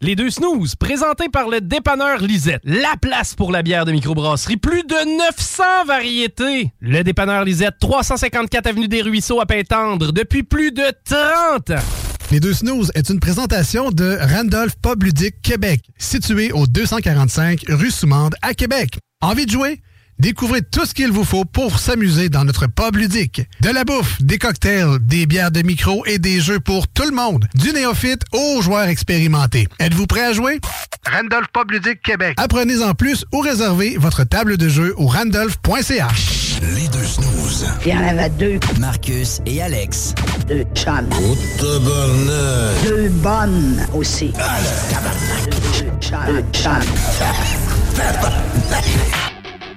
Les deux snooze, présentés par le dépanneur Lisette. La place pour la bière de microbrasserie. Plus de 900 variétés. Le dépanneur Lisette, 354 Avenue des Ruisseaux à Pintendre, depuis plus de 30 ans. Les deux snooze est une présentation de Randolph Pub Ludique Québec, situé au 245 rue Soumande à Québec. Envie de jouer? Découvrez tout ce qu'il vous faut pour s'amuser dans notre pub ludique. De la bouffe, des cocktails, des bières de micro et des jeux pour tout le monde. Du néophyte aux joueurs expérimentés. Êtes-vous prêt à jouer? Randolph Pub Ludique Québec. Apprenez en plus ou réservez votre table de jeu au randolph.ca. Les deux snooze. Il y en avait deux. Marcus et Alex. Deux chums. Oh, tabarnak. Deux bonnes aussi. Ah, le tabarnak. Deux chums. Deux chums.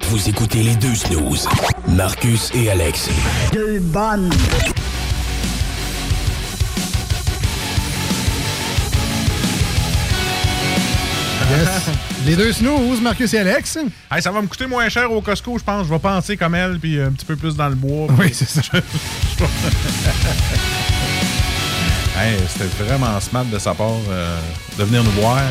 Vous écoutez les deux snooze. Marcus et Alex. Deux bonnes. Yes. Les deux snooze, Marcus et Alex. Hey, ça va me coûter moins cher au Costco, je pense. Je vais penser comme elle, puis euh, un petit peu plus dans le bois. Oui, c'est ça. hey, C'était vraiment smart de sa part euh, de venir nous voir.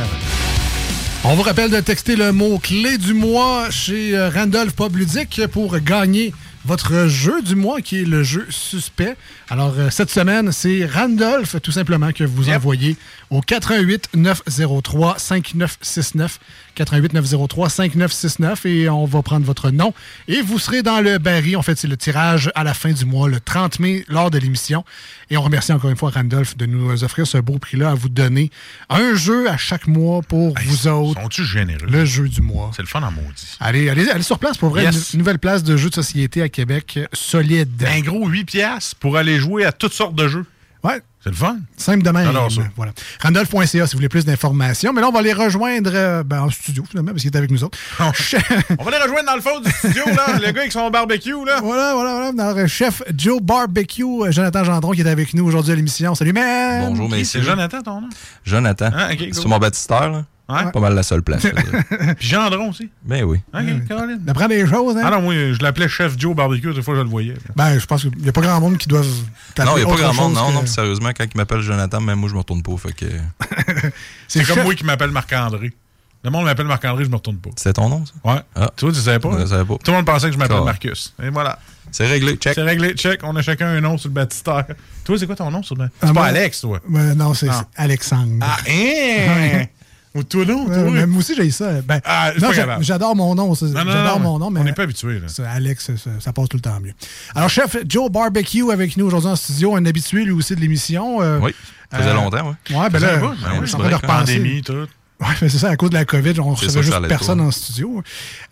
On vous rappelle de texter le mot clé du mois chez euh, Randolph Pub Ludique pour gagner votre jeu du mois qui est le jeu suspect. Alors euh, cette semaine, c'est Randolph tout simplement que vous envoyez au 88 903 5969 88 903 5969 et on va prendre votre nom et vous serez dans le baril. En fait, c'est le tirage à la fin du mois le 30 mai lors de l'émission et on remercie encore une fois Randolph de nous offrir ce beau prix là à vous donner un jeu à chaque mois pour Hey, vous autres Sont-tu généreux? le jeu du mois. C'est Ben, le fun en maudit. Allez, allez, allez sur place pour vrai. Yes. Une nouvelle place de jeux de société à Québec euh, solide. Un Ben, gros 8 piastres pour aller jouer à toutes sortes de jeux. Ouais, C'est le fun. simple de même. J'adore ça. Voilà. Randolph.ca si vous voulez plus d'informations. Mais là, on va les rejoindre euh, ben, en studio finalement parce qu'il est avec nous autres. Ah Chef- On va les rejoindre dans le fond du studio, là. le gars avec son barbecue, là. voilà, voilà, voilà. Alors, euh, chef Joe Barbecue, euh, Jonathan Gendron qui est avec nous aujourd'hui à l'émission. Salut, man! Bonjour, Qui, C'est messieurs. Jonathan, ton nom? Jonathan. Ah, ok, cool. C'est mon baptisteur, là. Ouais. Pas mal la seule place. je veux dire. Puis Gendron aussi. ben oui. OK, Caroline. On apprend des choses, hein? Ah non, moi, je l'appelais Chef Joe Barbecue, des fois, je le voyais. Ben, je pense qu'il n'y a pas grand monde qui doivent Non, il n'y a pas autre grand monde. chose Non, que- non, puis sérieusement, quand il m'appelle Jonathan, même moi, je me retourne pas. Fait que. C'est comme chef- moi qui m'appelle Marc-André. Le monde m'appelle Marc-André, je me retourne pas. C'était ton nom, ça? Ouais. Ah. Tu vois, tu savais pas? Je hein? savais pas. Tout le monde pensait que je m'appelle Ça va. Marcus. Et voilà. C'est réglé. Check. C'est réglé. Check. On a chacun un nom sur le baptisteur. Toi, c'est quoi ton nom sur le Ah, C'est pas moi- Alex, toi. Ben, non, c'est Ah. c'est Alexandre. Ah, hein? Ou toi, non? Ouais, toi? mais moi aussi, j'ai ça. Ben, Ah, c'est non, pas j'a- grave. j'adore mon nom. c'est- Non, non, J'adore non, mon nom, mais On n'est pas habitué, là. ça, Alex, ça, ça passe tout le temps mieux. Alors, chef Joe Barbecue avec nous aujourd'hui en studio, un habitué lui aussi de l'émission. euh, Oui. Ça faisait euh, longtemps, ouais. Ouais, ben Ça là, va, ben on oui, est c'est en train de vrai, repenser. Pandémie, tout. Ouais, mais c'est ça, à cause de la COVID, on C'est recevait ça, ça juste allait personne pas. en studio.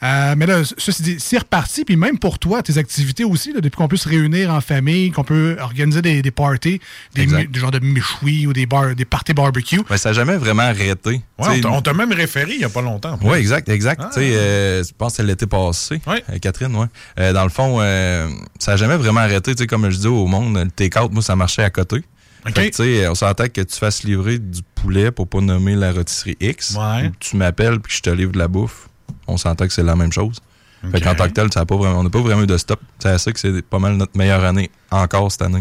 Euh, mais là, ceci dit, c'est reparti, puis même pour toi, tes activités aussi, là, depuis qu'on peut se réunir en famille, qu'on peut organiser des, des parties, des, Exact. mi- des genres de méchouis ou des, bar- des parties barbecue. Mais ça n'a jamais vraiment arrêté. Ouais, on t'a- on t'a même référé il n'y a pas longtemps. Oui, exact, exact. Ah. Tu sais, euh, je pense que c'est l'été passé, Ouais. euh, Catherine, ouais. Euh, dans le fond, euh, ça n'a jamais vraiment arrêté. Tu sais, comme je dis au monde, le take-out, moi, ça marchait à côté. Ok. Fait que, tu sais, on s'entend que tu fasses livrer du poulet pour pas nommer la rôtisserie X. Ouais. ou Tu m'appelles puis que je te livre de la bouffe. On s'entend que c'est la même chose. Fait Ok. qu'en tant que tel, ça a pas vraiment, on n'a pas vraiment eu de stop. C'est à ça que c'est pas mal notre meilleure année encore cette année.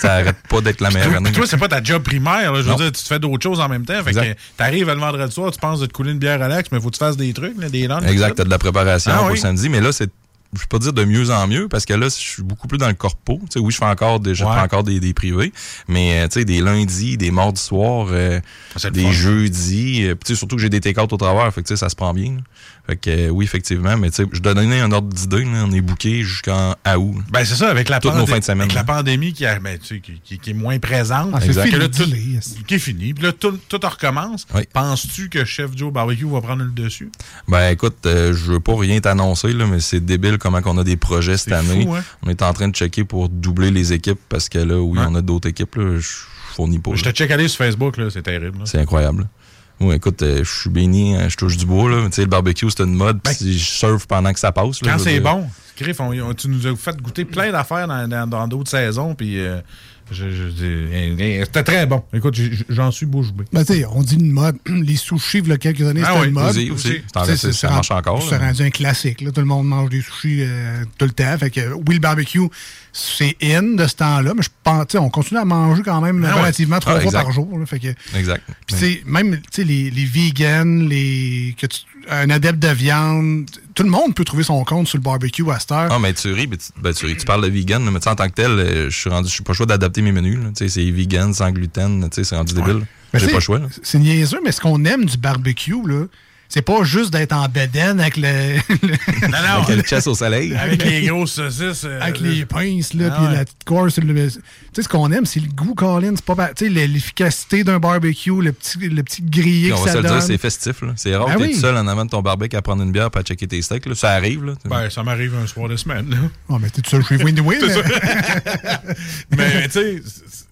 ça arrête pas d'être la meilleure Ah Toi, année. toi, c'est pas ta job primaire. là. Je veux Non. dire, tu te fais d'autres choses en même temps. Fait que Exact. t'arrives le vendredi soir, tu penses de te couler une bière à l'axe, mais faut que tu fasses des trucs, là, des lunchs. Exact, t'as de la préparation Ah pour oui. samedi, mais là, c'est je peux pas dire de mieux en mieux parce que là, je suis beaucoup plus dans le corpo. Tu sais, oui, je fais encore des, je Ouais. fais encore des, des privés, mais euh, tu sais, des lundis, des mardis soirs, euh, Ah, des jeudis, euh, puis tu sais, surtout que j'ai des take-out au travers, fait que tu sais, ça se prend bien. là. Fait que euh, oui, effectivement, mais tu sais, je donnais un ordre d'idée, là, on est booké jusqu'en à août. Ben c'est ça, avec la, Toutes nos pandé- fins de semaine. avec la pandémie qui, a- ben, tu sais, qui, qui- qui est moins présente. Ah, c'est Exact. Que là, fini, tout- qui est fini. Puis là, tout, tout recommence. Penses-tu que Chef Joe Barbecue va prendre le dessus? Ben écoute, euh, je veux pas rien t'annoncer, là, mais c'est débile comment qu'on a des projets cette année. fou, hein? On est en train de checker pour doubler les équipes parce que là, oui, Ouais. on a d'autres équipes, là, je fournis pas. Je te là. check aller sur Facebook, là, c'est terrible. là. C'est incroyable. Oui, écoute, euh, je suis béni, hein, je touche du bois, là. Tu sais, le barbecue, c'est une mode, puis je surfe pendant que ça passe. là, Quand je veux c'est dire. bon, Griff, on- on- tu nous as fait goûter plein d'affaires dans dans- dans d'autres saisons, puis euh, je- je- je- c'était très bon. Écoute, j- j- j'en suis bouche bée. Ben, tu sais, on dit une mode. Les sushis, il y a quelques années, Ah c'était oui, une mode. aussi, aussi. Tu sais, C'est en- c'est- ça c'est marche rendu- encore, C'est là. rendu un classique. là. Tout le monde mange des sushis euh, tout le temps. Fait que, euh, oui, le barbecue, c'est in de ce temps-là, mais je pense, tu sais, on continue à manger quand même Ben Ah ouais. relativement trois Ah, fois exact. par jour. là. Fait que, Exact. Ben. Puis, tu sais, même tu sais, les, les vegans, les, que tu- un adepte de viande, tout le monde peut trouver son compte sur le barbecue à cette heure. Ah, mais tu ris, mais tu, ben, tu, ris, tu parles de vegan, mais tu sais, en tant que tel, euh, je suis rendu, je suis pas le choix d'adapter mes menus, là. Tu sais, c'est vegan, sans gluten, tu sais, c'est rendu débile. Mais tu J'ai pas sais, le choix, là. C'est niaiseux, mais ce qu'on aime du barbecue, là, c'est pas juste d'être en bedaine avec le. Non, non. Avec le chasse au soleil. Avec les grosses saucisses. euh, avec Ben là, les je- pinces, là, Ah puis ouais. la petite course. le- Tu sais, ce qu'on aime, c'est le goût, Colin. C'est pas. pa- Tu sais, le- l'efficacité d'un barbecue, le petit, le petit grillé Puis que on va ça se le donne. dire, c'est festif. là. C'est rare Ben que t'es oui. tout seul en avant de ton barbecue à prendre une bière et à checker tes steaks. là. Ça arrive. Là. Ben, ça m'arrive un soir de semaine. là. Ah, mais t'es tout seul chez vous anyway, C'est mais- Mais tu sais, c- c-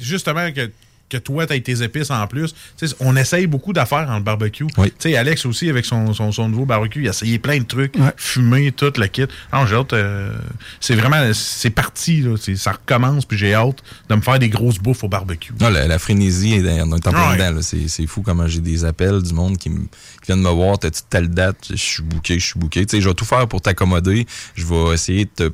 justement que, que toi, tu tes épices en plus, tu sais, on essaye beaucoup d'affaires en barbecue. Tu sais, Alex aussi, avec son, son, son nouveau barbecue, il a essayé plein de trucs, fumé, tout le kit. Non, j'ai hâte, euh, c'est vraiment, c'est parti, là, C'est- ça recommence, puis j'ai hâte de me faire des grosses bouffes au barbecue. Non, la, la frénésie est dans- on est en plein Ouais. dedans, là. C'est c'est fou comment j'ai des appels du monde qui, me- qui viennent me voir. T'as-tu telle date? Je suis bouqué, je suis bouqué. Tu sais, je vais tout faire pour t'accommoder. Je vais essayer de te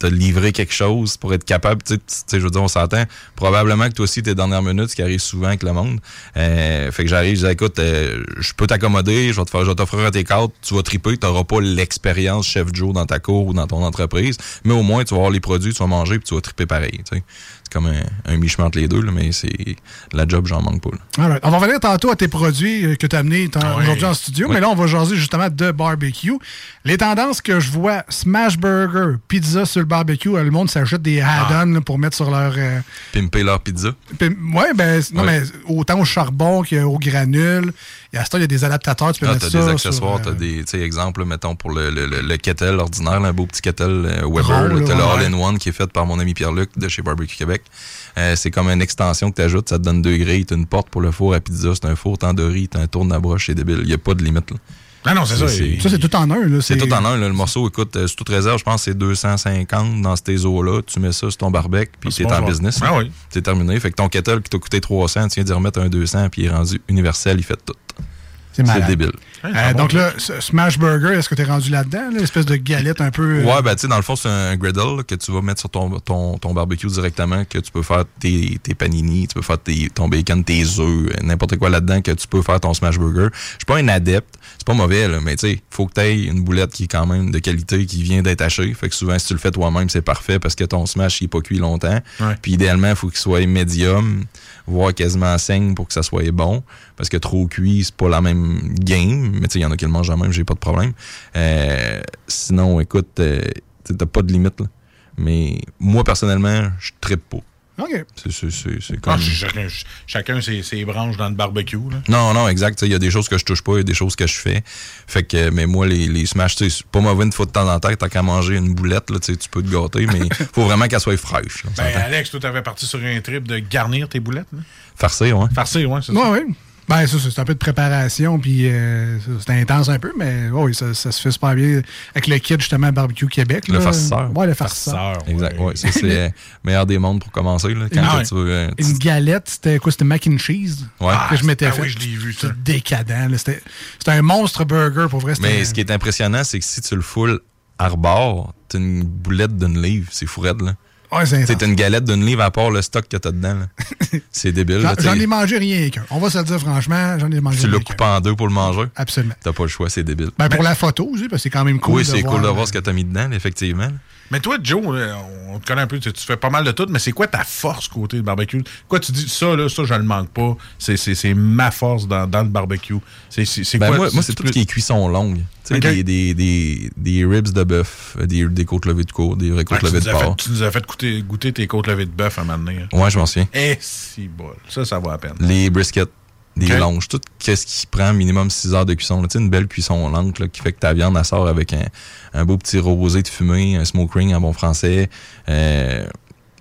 te livrer quelque chose pour être capable, tu sais, tu sais, je veux dire, on s'entend, probablement que toi aussi, tes dernières minutes, ce qui arrive souvent avec le monde, Euh, fait que j'arrive, je dis, écoute, euh, je peux t'accommoder, je vais te faire, je vais t'offrir un tes cartes, tu vas triper, tu n'auras pas l'expérience chef Joe dans ta cour ou dans ton entreprise, mais au moins, tu vas avoir les produits, tu vas manger, puis tu vas triper pareil, tu sais. C'est comme un, un mi-chemin entre les deux, là, mais c'est, la job, j'en manque pas, là. Alright. On va revenir tantôt à tes produits euh, que tu as amenés t'en- Ah Ouais. aujourd'hui en studio, Ouais. mais là, on va jaser justement de barbecue. Les tendances que je vois, smash burger, pizza sur le barbecue, euh, le monde s'ajoute des Ah. add-ons là, pour mettre sur leur... euh, Pimper leur pizza. puis- ouais, ben, non, Ouais. mais autant au charbon qu'au granule. Et à ce temps, il y a des adaptateurs, tu peux Ah, mettre t'as ça des sur, accessoires, euh, t'as des, tu sais, exemple, là, mettons, pour le, le, le- le kettle ordinaire, là, un beau petit kettle euh, Rond, Weber, là, là, t'as le ouais. All-in-One qui est fait par mon ami Pierre-Luc de chez Barbecue Québec. Euh, c'est comme une extension que t'ajoutes, ça te donne deux grilles, t'as une porte pour le four à pizza, c'est un four tandoori, t'as un tourne à broche, c'est débile, y a pas de limite, là. Ah non, c'est ça. Ça, c'est tout en un. là. C'est tout en un, là, le morceau, écoute, euh, sous toute réserve, je pense que c'est 250 dans ces eaux-là, tu mets ça sur ton barbecue, puis t'es bon, en ça. business. Ah oui. C'est terminé, fait que ton kettle qui t'a coûté 300, tu viens d'y remettre un 200, puis il est rendu universel, il fait tout. C'est malade. débile. Euh, donc là, ce- smash burger, est-ce que tu es rendu là-dedans? là, L'espèce de galette un peu... euh, Ouais, ben tu sais, dans le fond, c'est un griddle là, que tu vas mettre sur ton, ton, ton barbecue directement, que tu peux faire tes, tes panini, tu peux faire tes, ton bacon, tes œufs, euh, n'importe quoi là-dedans, que tu peux faire ton smash burger. Je suis pas un adepte, c'est pas mauvais, là, mais tu sais, faut que tu aies une boulette qui est quand même de qualité, qui vient d'être hachée. Fait que souvent, si tu le fais toi-même, c'est parfait parce que ton smash, il est pas cuit longtemps. Ouais. Puis idéalement, il faut qu'il soit médium, voire quasiment saigne pour que ça soit bon. Parce que trop cuit, c'est pas la même game. Mais tu sais, il y en a qui le mangent la même, j'ai pas de problème. Euh, sinon, écoute, euh, tu sais, t'as pas de limite. là. Mais moi, personnellement, je trippe pas. OK. C'est- c'est- C'est c'est Ah, comme. ch- chacun chacun ses, ses branches dans le barbecue. là. Non, non, exact. Tu sais, Il y a des choses que je touche pas, il y a des choses que je fais. Fait que, mais moi, les, les smash, tu sais, c'est pas mauvais une fois de temps en temps, tant qu'à manger une boulette, là, tu sais, tu peux te gâter, mais faut vraiment qu'elle soit fraîche. là, on Ben, s'entend. Alex, toi, t'avais parti sur un trip de garnir tes boulettes. là. Farcée, ouais. Farcée, ouais, c'est ça. Ouais, oui. Ben, ça, c'est un peu de préparation, puis euh, ça, c'est intense un peu, mais oui, ça, ça se fait super bien avec le kit, justement, Barbecue Québec. Le là. farceur. Ah, Ouais, le farceur. Exact, ouais. Ça, c'est le meilleur des mondes pour commencer, là, quand Ah tu veux. euh, tu- Une galette, c'était quoi? C'était mac and cheese Ouais. que je m'étais Ah fait. oui, je l'ai vu, ça. C'était décadent. là. C'était c'était un monstre burger, pour vrai. c'était- Mais ce qui est impressionnant, c'est que si tu le foules arbor, t'as une boulette d'une livre. C'est fourette, là. c'est une galette d'une livre à part le stock que t'as dedans. là. c'est débile. là, J'en tu j'en sais. ai mangé rien qu'un. On va se le dire franchement, j'en ai mangé Tu rien l'as qu'un. coupé en deux pour le manger. Absolument. T'as pas le choix, c'est débile. Ben, pour la photo, aussi, parce que c'est quand même cool. oui, c'est cool de euh, voir ce que t'as mis dedans, effectivement. Mais toi, Joe, là, on te connaît un peu, tu tu fais pas mal de tout, mais c'est quoi ta force côté du barbecue? Quoi, tu dis ça, là, ça, je le manque pas. C'est- C'est c'est ma force dans, dans le barbecue. C'est c'est- c'est Ben, quoi? moi, tu- moi, tu c'est tout peux- ce qui est cuisson longue. Tu sais, Ok. des, des, des, des ribs de bœuf, euh, des, des côtes levées de cours, des vraies Ouais, côtes tu, levées nous de as fait, porc. tu nous as fait goûter, goûter tes côtes levées de bœuf à un moment donné. hein. Ouais, je m'en souviens. Eh, si bol. Ça, ça vaut la peine. Les briskets, des Ok. longes, tout ce qui prend minimum 6 heures de cuisson. là. Tu sais, une belle cuisson lente là, qui fait que ta viande, elle sort avec un, un beau petit rosé de fumée, un smoke ring en bon français. Euh,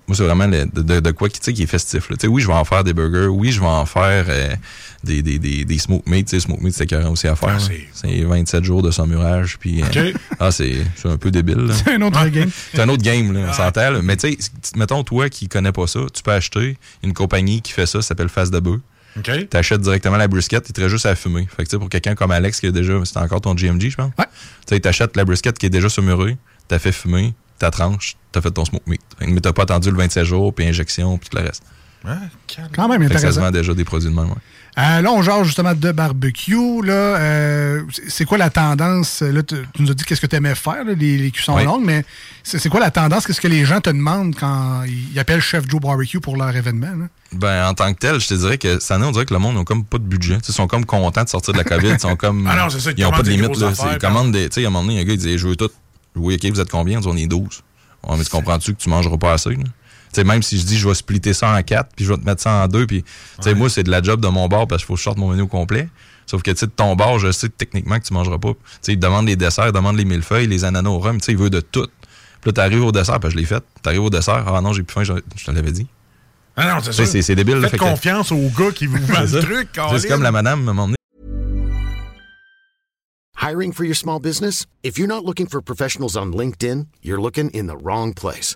moi, c'est vraiment le- de, de- de quoi qui, tu sais, qui est festif. là. Tu sais, oui, je vais en faire des burgers. Oui, je vais en faire euh, des, des, des, des smoke meat. Tu sais, smoke meat, c'est écœurant aussi à faire. là. c'est 27 jours de saumurage. Puis, euh, ah, c'est c'est un peu débile. là. C'est euh, un autre game. C'est un autre game, là, on s'entend. là. Mais tu sais, c- mettons, toi qui connais pas ça, tu peux acheter une compagnie qui fait ça, ça s'appelle Face de Bœuf. OK. Tu achètes directement la brisket, il te reste juste à la fumer. Fait que tu sais, pour quelqu'un comme Alex qui a déjà, c'est encore ton GMG, je pense. Ouais. Tu sais, t'achètes la brisket qui est déjà saumurée, t'as fait fumer, t'as tranche, t'as fait ton smoke meat. Fait que- Mais t'as pas attendu le 27 jours, puis injection, puis tout le reste. Ah, Quand même Fait que ça se intéressant. vend déjà des produits de même, ouais. Euh, là, on genre justement de barbecue. Là, euh, c'est- c'est quoi la tendance? Là, tu, tu nous as dit qu'est-ce que tu aimais faire, là, les, les cuissons Oui. longues, mais c'est c'est quoi la tendance? Qu'est-ce que les gens te demandent quand ils appellent Chef Joe Barbecue pour leur événement? là? Ben, en tant que tel, je te dirais que ça on dirait que le monde n'a comme pas de budget. Tu sais, Ils sont comme contents de sortir de la COVID. Ils sont comme. Ah non, c'est ça, ils ils n'ont pas commandent de des limite. grosses Là. affaires, C'est- Ils puis- commandent des. Tu sais, à un moment donné, il y a un gars, il dit Je veux tout. Oui, OK, vous êtes combien On dit, On est 12. Ouais, mais tu comprends-tu que tu mangeras pas assez? là? Tu sais, même si je dis je vais splitter ça en quatre, puis je vais te mettre ça en deux, puis tu sais, moi, c'est de la job de mon bar parce qu'il faut que je sorte mon menu au complet. Sauf que tu sais, de ton bar, je sais techniquement que tu mangeras pas. Tu sais, il demande les desserts, il demande les millefeuilles, les ananas au rhum, tu sais, il veut de tout. Puis là, t'arrives au dessert, parce que je l'ai fait. T'arrives au dessert, ah non, j'ai plus faim, je, je te l'avais dit. Ah non, Tu c'est sais, ça. c'est- c'est débile, là, Faites fait que- confiance aux gars qui vous vendent le truc. C'est Colin. comme la madame m'a emmené. Hiring for your small business? If you're not looking for professionals on LinkedIn, you're looking in the wrong place.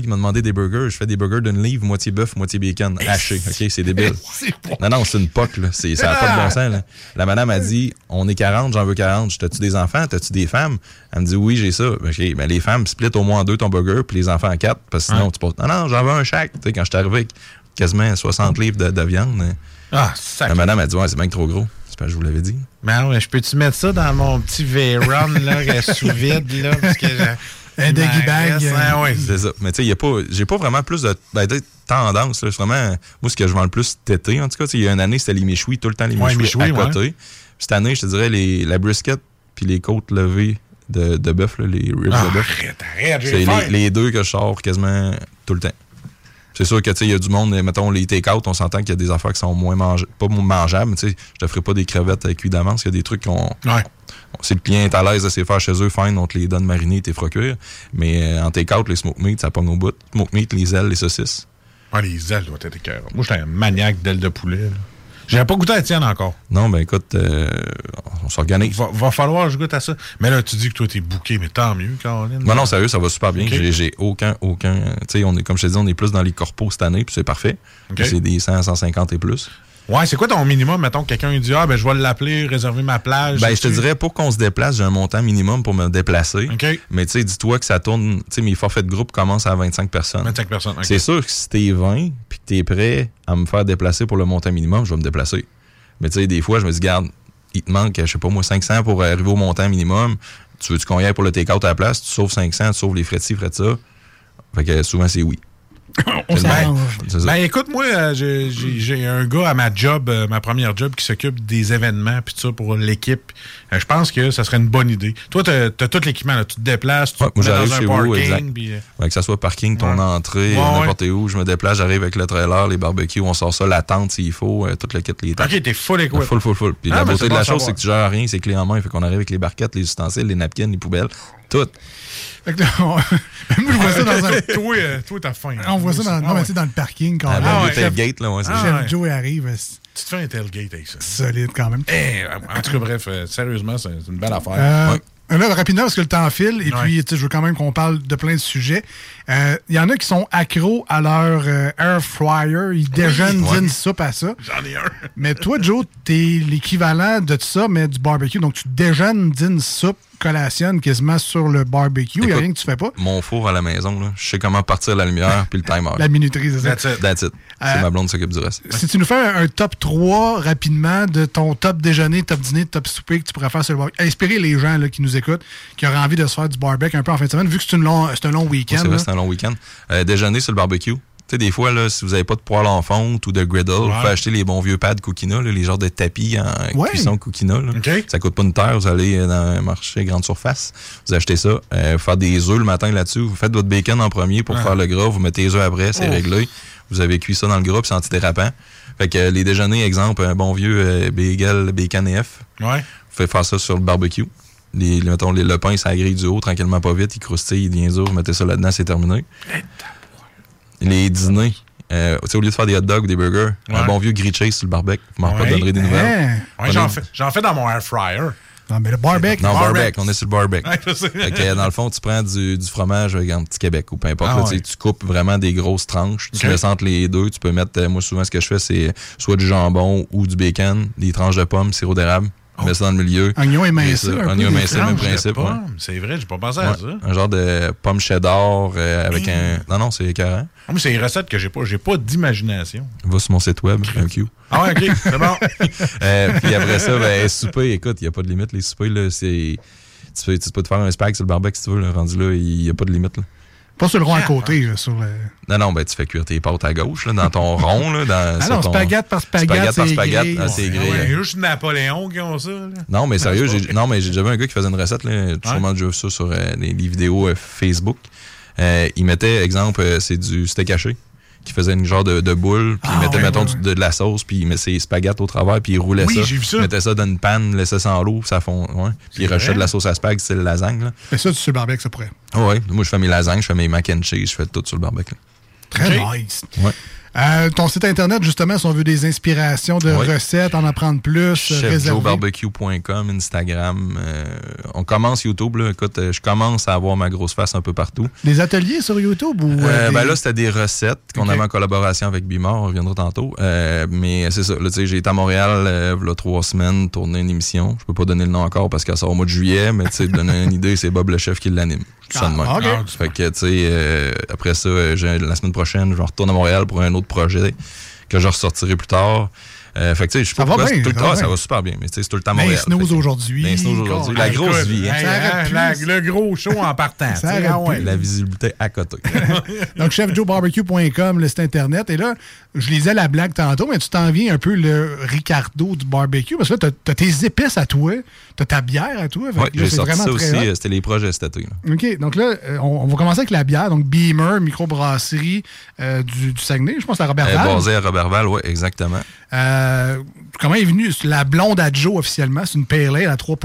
Qui m'a demandé des burgers. Je fais des burgers d'une livre, moitié bœuf, moitié bacon, haché. OK, c'est débile. Non, non, c'est une poque, là. C'est- Ça n'a pas de Ah! bon sens, là. La madame a dit On est 40, j'en veux 40. Je, T'as-tu des enfants T'as-tu des femmes Elle me dit Oui, j'ai ça. OK, ben les femmes split au moins en deux ton burger, puis les enfants en quatre, parce que sinon, Ouais. tu poses Non, non, j'en veux un chaque. Tu sais, quand je suis arrivé avec quasiment 60 livres de, de viande, hein. Ah, sac. la madame a dit Ouais, c'est bien que trop gros. C'est pas je vous l'avais dit. Mais alors, je peux-tu mettre ça dans mon petit Veyron, là, sous vide, là, parce que j'ai- il m'en reste, hein, ouais. C'est ça. Mais tu sais, il y a pas, j'ai pas vraiment plus de ben, tu sais, tendance. là. C'est vraiment, moi, ce que je vends le plus cet été, en tout cas, tu sais, il y a une année, c'était les méchouis, tout le temps les Ouais, méchouis, à méchouis, ouais. côté. Cette année, je te dirais, les, la brisket puis les côtes levées de, de bœuf, là, les ribs Ah, de bœuf. arrête, arrête, j'ai C'est faim. les, les deux que je sors quasiment tout le temps. C'est sûr que tu sais, il y a du monde, mettons les take-out, on s'entend qu'il y a des affaires qui sont moins mangeables, pas mangeables, mais tu sais, je te ferai pas des crevettes euh, cuites d'avance, il y a des trucs qu'on si le client est à l'aise de se les faire chez eux, fine, on te les donne marinés, t'es procure. Mais euh, en take-out, les smoke meat, ça pogne au bout. Smoke meat, les ailes, les saucisses. Ah, les ailes doivent être écœurantes. Moi, j'étais un maniaque d'ailes de poulet. là. J'avais pas goûté à la tienne encore. Non, ben écoute, euh, on s'organise. Va, va falloir que je goûte à ça. Mais là, tu dis que toi, t'es bouqué, mais tant mieux, Caroline. Non, non, sérieux, ça va super bien. Ok. J'ai- J'ai aucun, aucun. Tu sais, on est, comme je te dis, on est plus dans les corpos cette année, puis c'est parfait. Ok. C'est des 100, 150 et plus. Ouais, c'est quoi ton minimum? Mettons que quelqu'un dit, ah, ben, je vais l'appeler, réserver ma plage. Ben, je te dirais, pour qu'on se déplace, j'ai un montant minimum pour me déplacer. Mais tu sais, dis-toi que ça tourne. Tu sais, mes forfaits de groupe commencent à 25 personnes. 25 personnes, ok. C'est sûr que si t'es 20 puis que t'es prêt à me faire déplacer pour le montant minimum, je vais me déplacer. Mais tu sais, des fois, je me dis, garde, il te manque, je sais pas moi, 500 pour arriver au montant minimum. Tu veux-tu qu'on y aille pour le take-out à la place? Tu sauves 500, tu sauves les frais de ci, frais de ça. Fait que souvent, c'est oui. On Ben, s'arrange. ben, écoute, moi, euh, j'ai- j'ai j'ai un gars à ma job, euh, ma première job, qui s'occupe des événements puis tout ça pour l'équipe. Euh, je pense que ça serait une bonne idée. Toi, t'as as tout l'équipement, là. tu te déplaces, tu Ouais, te moi, mets j'arrive dans un chez parking. vous, exact. puis, euh, Ouais, que ça soit parking, ton entrée, Ouais, euh, n'importe où. Je me déplace, j'arrive avec le trailer, les barbecues, on sort ça, la tente s'il faut, euh, tout le kit, les tentes. Ok, t'es full équipe. Full, full, full. Puis Ah, la mais beauté c'est de bon la à chose, savoir. c'est que tu gères rien, c'est clé en main. Fait qu'on arrive avec les barquettes, les ustensiles, les napkins, les poubelles, tout. Fait que là, on- Moi, je vois ça dans un. Toi, euh, toi, Ah t'as faim. On voit ça dans, non, mais tu sais, dans le parking quand Ah, même. ben, le Chef- tailgate, là, ouais, c'est ça. Chef Ah, ouais. Joe arrive. euh, Tu te fais un tailgate avec ça. Solide quand même. Eh, en tout cas, bref, euh, sérieusement, c'est c'est une belle affaire. Euh, Ouais. Là, rapidement, parce que le temps file, et Ouais. puis tu sais, je veux quand même qu'on parle de plein de sujets. Euh, Il y en a qui sont accros à leur euh, air fryer, ils déjeunent ouais. d'une soupe à ça. J'en ai un. Mais toi, Joe, t'es l'équivalent de ça, mais du barbecue. Donc, tu déjeunes d'une soupe, collationne quasiment sur le barbecue. Il n'y a Écoute, rien que tu fais pas. Mon four à la maison, là, je sais comment partir la lumière puis le timer. La minuterie, c'est ça. That's it. That's it. Euh, c'est ma blonde qui s'occupe du reste. Si tu nous fais un, un top 3 rapidement de ton top déjeuner, top dîner, top souper que tu pourrais faire sur le barbecue, inspirer les gens là, qui nous écoutent, qui auraient envie de se faire du barbecue un peu en fin de semaine, vu que c'est, une long- c'est un long Ouais, week-end. c'est là. vrai, c'est un long week-end. Euh, déjeuner sur le barbecue. Tu sais, des fois, là, si vous n'avez pas de poêle en fonte ou de griddle, vous pouvez acheter les bons vieux pads Cookina, là, les genres de tapis en Ouais. cuisson Cookina. Là. Ça coûte pas une terre. Vous allez dans un marché grande surface, vous achetez ça, euh, vous faire des œufs le matin là-dessus. Vous faites votre bacon en premier pour Ah. faire le gras. Vous mettez les œufs après, c'est Oh. réglé. Vous avez cuit ça dans le gras, puis c'est antidérapant. Fait que euh, les déjeuners, exemple, un bon vieux euh, bagel, bacon et F. Ouais. Vous faites faire ça sur le barbecue. Les, les- mettons, les, le pain, ça grille du haut, tranquillement, pas vite. Il croustille, il devient dur. Vous mettez ça là-dedans, c'est terminé. Les dîners. euh, tu sais, au lieu de faire des hot dogs ou des burgers, un Ouais. bon vieux grilled cheese sur le barbecue. Vous m'en Ouais. Hein? redonnerez des Ouais, nouvelles. j'en Prenez- fais, j'en fais dans mon air fryer. Non, mais le barbecue. non, barbecue, on est sur le barbecue. Ouais, je sais. Fait que, euh, dans le fond, tu prends du, du fromage avec un petit Québec ou peu importe. Ah là, tu sais, ouais. Tu coupes vraiment des grosses tranches. Tu Ok. laisses entre les deux. Tu peux mettre, euh, moi souvent ce que je fais, c'est soit du jambon ou du bacon, des tranches de pommes, sirop d'érable. Mets ça dans le milieu. Oignon émincé. émincé, un peu, Oignon des émincé, même tranches de principe. ouais. Pomme, C'est vrai, j'ai pas pensé à Ouais, ça. Un genre de pomme cheddar euh, avec un. Non, non, c'est écœurant. Ah, Moi, c'est une recette que j'ai pas. J'ai pas d'imagination. Va sur mon site web, MQ. Ah, ouais, ok, c'est bon. Euh, puis après ça, ben, souper, écoute, il n'y a pas de limite. Les soupers, là, c'est. Tu peux, tu peux te faire un spag sur le barbecue si tu veux, là, rendu là, il n'y a pas de limite. Là. Pas sur le rond à côté, là, sur le. Non, non, ben, tu fais cuire tes pâtes à gauche, là, dans ton rond. Là, dans, Ah sur non, ton- spaghettes par spaghettes, Spaghettes par c'est spaghettes, gris. ah, c'est Ouais, gris. Il y a hein. juste Napoléon qui ont ça. là. Non, mais sérieux, j'ai, non, mais j'ai déjà vu un gars qui faisait une recette, là, tout Ouais. sûrement déjà vu ça sur euh, les, les vidéos euh, Facebook. Euh, il mettait, exemple, euh, c'est du steak haché, qui faisait une genre de, de boule, Ah, puis il mettait, mettons, du- De, de la sauce, puis il met ses spaghettis au travers, puis il roulait Oui, ça. j'ai vu ça. Il mettait ça dans une panne, laissait ça en l'eau, ça fond, ouais. Puis il vrai? rechète de la sauce à spag, c'est le lasagne, là. Mais ça, tu sur le barbecue, ça pourrait. Ah ouais, moi, je fais mes lasagnes, je fais mes mac and cheese, je fais tout sur le barbecue. Très nice. Ouais. Euh, ton site internet, justement, si on veut des inspirations de Ouais. recettes, en apprendre plus, euh, réserver. chefjoebarbecue.com, Instagram. euh, on commence YouTube, là. Écoute, euh, je commence à avoir ma grosse face un peu partout. Des ateliers sur YouTube ou. euh, Euh, des- ben là, c'était des recettes qu'on Ok. avait en collaboration avec Bimor, on reviendra tantôt. Euh, mais c'est ça, là, tu sais, j'ai été à Montréal euh, v'là trois semaines, tourner une émission. Je peux pas donner le nom encore parce qu'elle sort au mois de juillet, mais tu sais, te donner une idée, c'est Bob le chef qui l'anime. Je dis ça de même. Ah, ok. Ah, Fait que, tu sais, euh, après ça, euh, j'ai- la semaine prochaine, je retourne à Montréal pour un autre projet que je ressortirai plus tard. Euh, fait que, tu sais, je sais pas Ça va pourquoi, bien, c'est tout le ça temps, va ça bien. va super bien, mais tu sais, c'est tout le temps à Dans les Montréal. snows aujourd'hui. Dans les snows aujourd'hui. La Ah, écoute, grosse vie, hein. hey, Ça arrête hein, plus. la- le gros show en partant. Ça tu sais, arrête ah ouais. La visibilité à côté. Donc, chefjoebarbecue.com, le site internet. Et là, je lisais la blague tantôt, mais tu t'en viens un peu le Ricardo du barbecue, parce que là, t'as- t'as tes épices à toi, t'as ta bière à toi. Fait Ouais, que là, j'ai c'est sorti vraiment ça aussi, très hot. euh, c'était les projets cet été. là. OK, donc là, euh, on, on va commencer avec la bière. Donc, Beamer, microbrasserie euh, du, du Saguenay, je pense à Robert Euh, Val. basé à Robertval, oui, exactement. Euh, comment est venue c'est la blonde à Joe officiellement? C'est une pale ale à 3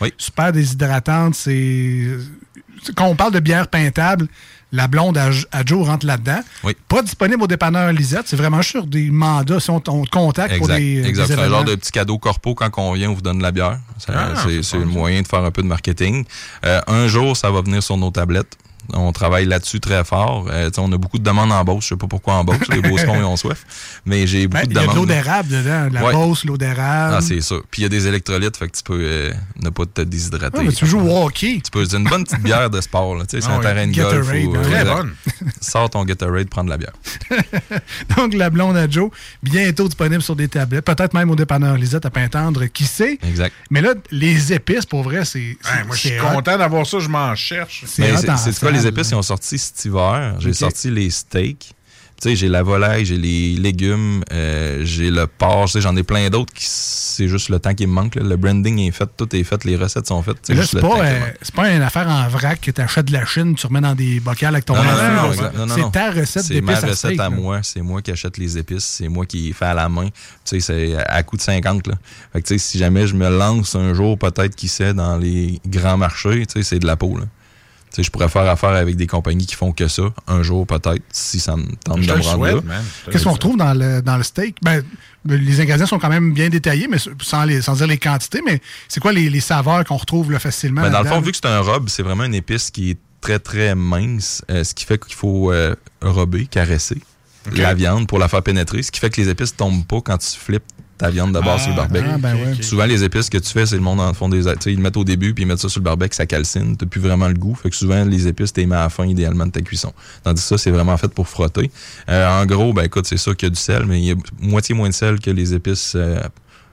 Oui. Super déshydratante. C'est... c'est- Quand on parle de bière peintable, la blonde à, J- à Joe rentre là-dedans. Oui. Pas disponible au dépanneur Lisette. C'est vraiment sur des mandats. Si on, t- on te contacte pour Exact. des, des exact. C'est un événements. genre de petit cadeau corpo quand on vient, on vous donne de la bière. Ça, Ah, c'est c'est le moyen de faire un peu de marketing. Euh, un jour, ça va venir sur nos tablettes. On travaille là-dessus très fort. Euh, tu sais, on a beaucoup de demandes en Beauce. Je sais pas pourquoi en Beauce. Les Beaucerons, ils ont soif. Mais j'ai Ben, beaucoup de il y a de l'eau demandes. d'érable dedans. de La Ouais. bosse, l'eau d'érable. ah, c'est ça. Puis il y a des électrolytes, fait que tu peux euh, ne pas te déshydrater. Ah, mais tu joues au hockey. Tu peux c'est une bonne petite bière de sport. Là. Tu sais, c'est Ah un oui, terrain de golf. euh, Gatorade, hein. Très exact. bonne. Sors ton Gatorade, prends de la bière. Donc, la blonde à Joe, bientôt disponible sur des tablettes. Peut-être même au dépanneur Lisette à Pintendre. Qui sait? Exact. Mais là, les épices, pour vrai, c'est. c'est- Hey, moi, je suis c'est hot. content d'avoir ça, je m'en cherche. Ben, Mais C'est c'est quoi les épices qui ont sorti cet hiver? J'ai Ok. sorti les steaks. Tu sais, j'ai la volaille, j'ai les légumes, euh, j'ai le porc, tu sais, j'en ai plein d'autres qui c'est juste le temps qui me manque. là. Le branding est fait, tout est fait, les recettes sont faites. Là, juste c'est le temps pas, qui euh, me manque. c'est pas une affaire en vrac que t'achètes de la Chine, tu remets dans des bocals avec ton Non, non, mari. non, non, C'est- exact. Non, non, non. C'est ta recette C'est ma d'épices recette steak, à là. moi. C'est moi qui achète les épices. C'est moi qui fais à la main. Tu sais, c'est à- à coût de 50. Là. Fait que, tu sais, si jamais je me lance un jour, peut-être, qui sait, dans les grands marchés, tu sais, c'est de la peau. Là. Tu sais, je pourrais faire affaire avec des compagnies qui font que ça, un jour peut-être, si ça me tente Je de te me le rendre souhaite, là. man. Qu'est-ce qu'on retrouve dans le, dans le steak? Ben, les ingrédients sont quand même bien détaillés, mais sans, les, sans dire les quantités, mais c'est quoi les, les saveurs qu'on retrouve là, facilement? Ben, dans le là-dedans? fond, vu que c'est un robe, c'est vraiment une épice qui est très, très mince, euh, ce qui fait qu'il faut euh, rober, caresser Ok. la viande pour la faire pénétrer, ce qui fait que les épices tombent pas quand tu flippes ta viande de base sur le barbecue. ah, ben ouais. Souvent, les épices que tu fais, c'est le monde en fond des... Tu sais, ils le mettent au début, puis ils mettent ça sur le barbecue, ça calcine, t'as plus vraiment le goût. Fait que souvent, les épices, t'es mis à la fin, idéalement, de ta cuisson. Tandis que ça, c'est vraiment fait pour frotter. Euh, en gros, ben écoute, c'est sûr qu'il y a du sel, mais il y a moitié moins de sel que les épices... euh,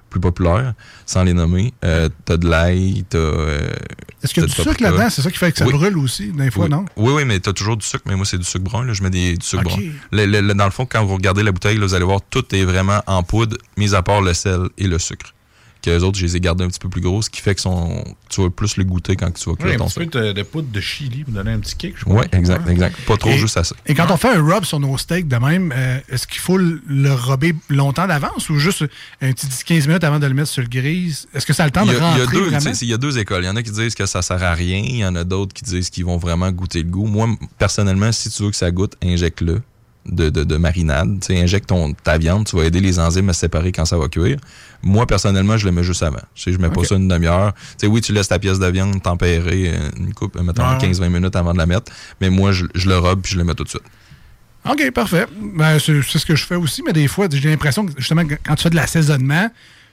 plus populaires, sans les nommer. Euh, t'as de l'ail, t'as... euh, Est-ce qu'il y a t'as du paprika. sucre là-dedans? C'est ça qui fait que ça Oui. brûle aussi, des fois, Oui. non? Oui, oui, mais tu as toujours du sucre, mais moi, c'est du sucre brun. là. Je mets des, du sucre Ok. brun. Le- le- le- dans le fond, quand vous regardez la bouteille, là, vous allez voir, tout est vraiment en poudre, mis à part le sel et le sucre. Que les autres, je les ai gardés un petit peu plus gros, ce qui fait que sont, tu vas plus le goûter quand tu vas cuire Ouais, un ton petit peu sucre. de, de poudre de chili pour donner un petit kick, je crois. Oui, exact, exact. Pas trop Et- juste à ça. Et quand on fait un rub sur nos steaks de même, euh, est-ce qu'il faut le- le rubber longtemps d'avance ou juste un petit 10-15 minutes avant de le mettre sur le grise? Est-ce que ça a le temps Il y de a, il y a rentrer deux, tu vraiment? sais, il y a deux écoles. Il y en a qui disent que ça sert à rien. Il y en a d'autres qui disent qu'ils vont vraiment goûter le goût. Moi, m- personnellement, si tu veux que ça goûte, injecte-le de, de, de marinade. Tu sais, injecte ton, ta viande. Tu vas aider les enzymes à se séparer quand ça va cuire. Moi, personnellement, je le mets juste avant. Je sais, je mets pas ça une demi-heure. Tu sais, oui, tu laisses ta pièce de viande tempérée euh, une coupe, euh, mettons Ouais. 15-20 minutes avant de la mettre. Mais moi, je, je le robe puis je le mets tout de suite. OK, parfait. Ben, c'est c'est ce que je fais aussi, mais des fois, j'ai l'impression que justement, que quand tu fais de l'assaisonnement,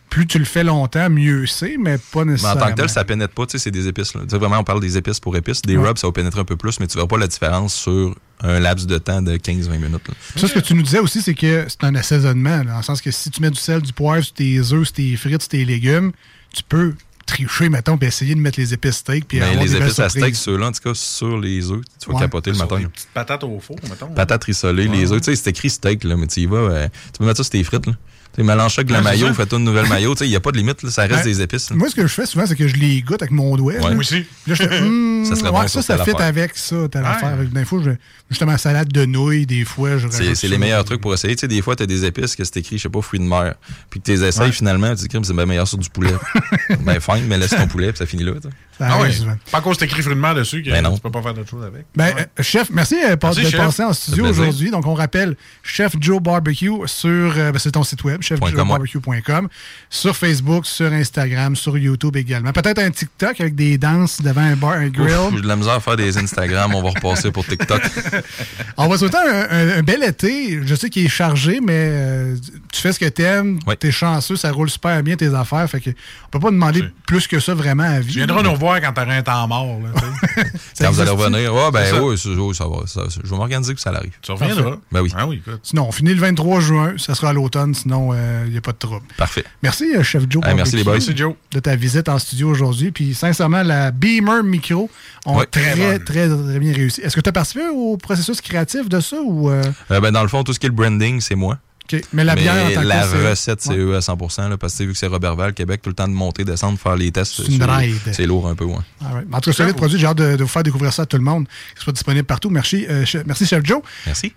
plus tu le fais longtemps, mieux c'est, mais pas Mais en nécessairement. tant que tel, ça pénètre pas. Tu sais, c'est des épices. là. Tu sais, vraiment, on parle des épices pour épices. Des Ouais. rubs, ça va pénétrer un peu plus, mais tu verras pas la différence sur un laps de temps de 15-20 minutes. là. Ça, ce que tu nous disais aussi, c'est que c'est un assaisonnement, là, dans le sens que si tu mets du sel, du poivre sur tes œufs, sur tes frites, sur tes légumes, tu peux tricher, mettons, puis essayer de mettre les épices steak. Puis Mais avoir les des belles épices à surprises. steak, ceux-là, en tout cas, sur les œufs, tu vas Ouais. capoter le Sur matin. des là. petites patates au four, mettons. Patates rissolées, les œufs, tu sais, c'est écrit steak, là, mais tu y vas, euh, tu peux mettre ça sur tes frites, là. Tu sais, mélange ça avec de la Ouais, c'est mayo, ça. fais-toi une nouvelle mayo, tu sais, il n'y a pas de limite, là, ça reste Ben, des épices. là. Moi, ce que je fais souvent, c'est que je les goûte avec mon doigt. Ouais. là. Moi aussi. Là, je fais, hmm, Ça serait ouais, bon, ça, ça, ça, telle fit affaire. avec ça, telle Ouais. affaire. Des fois, je, justement, salade de nouilles, des fois, je C'est rajoute c'est ça. les meilleurs trucs pour essayer. Tu sais, des fois, tu as des épices que c'est écrit, je sais pas, fruits de mer. Puis que tu les essayes Ouais. finalement, tu te dis, Crime, c'est bien meilleur sur du poulet. ben, fine, mais laisse ton poulet, puis ça finit là. tu sais. Ah ouais. arrive souvent. Pas qu'on s'écrit fruit de mer dessus, que Ben non. tu peux pas faire d'autre chose avec. Ben, euh, chef, merci euh, pas- Merci, de chef. passer en studio Ça fait plaisir. aujourd'hui. Donc, on rappelle Chef Joe Barbecue sur euh, ben, c'est ton site web, Point com, ouais. chefjoebarbecue.com, sur Facebook, sur Instagram, sur YouTube également. Peut-être un TikTok avec des danses devant un bar, un grill. Ouf, J'ai de la misère à faire des Instagram, on va repasser pour TikTok. On va souhaiter un, un- un bel été. Je sais qu'il est chargé, mais euh, tu fais ce que t'aimes, t'es chanceux, ça roule super bien tes affaires. Fait que on peut pas demander plus que ça vraiment à vie. Tu viendras nous voir quand t'auras un temps mort. Là, tu sais. Quand vous allez existe-tu? revenir, Ah, ben C'est ça. oui, ça, oui, ça va. ça- ça- je vais m'organiser que ça arrive. Tu reviendras. Ben oui. Ah Sinon, on finit le 23 juin, ça sera à l'automne, sinon euh, il n'y a pas de trouble. Parfait. Merci, euh, Chef Joe. Hey, merci, Barbecue, les boys. Merci, Joe. De ta visite en studio aujourd'hui. Puis, sincèrement, la Beamer Micro ont Ouais. très, Très très, bonne. très, bien réussi. Est-ce que tu as participé au processus créatif de ça ou. euh, Euh, ben, dans le fond, tout ce qui est le branding, c'est moi. OK. Mais la bière en tant que la telle, c'est- recette, c'est Ouais. eux à 100 là, parce que tu sais, vu que c'est Robert Val, Québec, tout le temps de monter, descendre, faire les tests. C'est une drive. C'est lourd un peu, ouais. All right. En tout cas, solide produit. J'ai hâte de, de vous faire découvrir ça à tout le monde. Ce soit disponible partout. Merci, euh, chef- merci Chef Joe. Merci.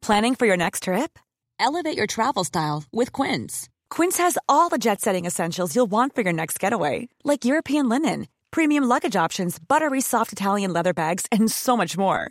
Planning for your next trip? Elevate your travel style with Quince. Quince has all the jet setting essentials you'll want for your next getaway, like European linen, premium luggage options, buttery soft Italian leather bags, and so much more.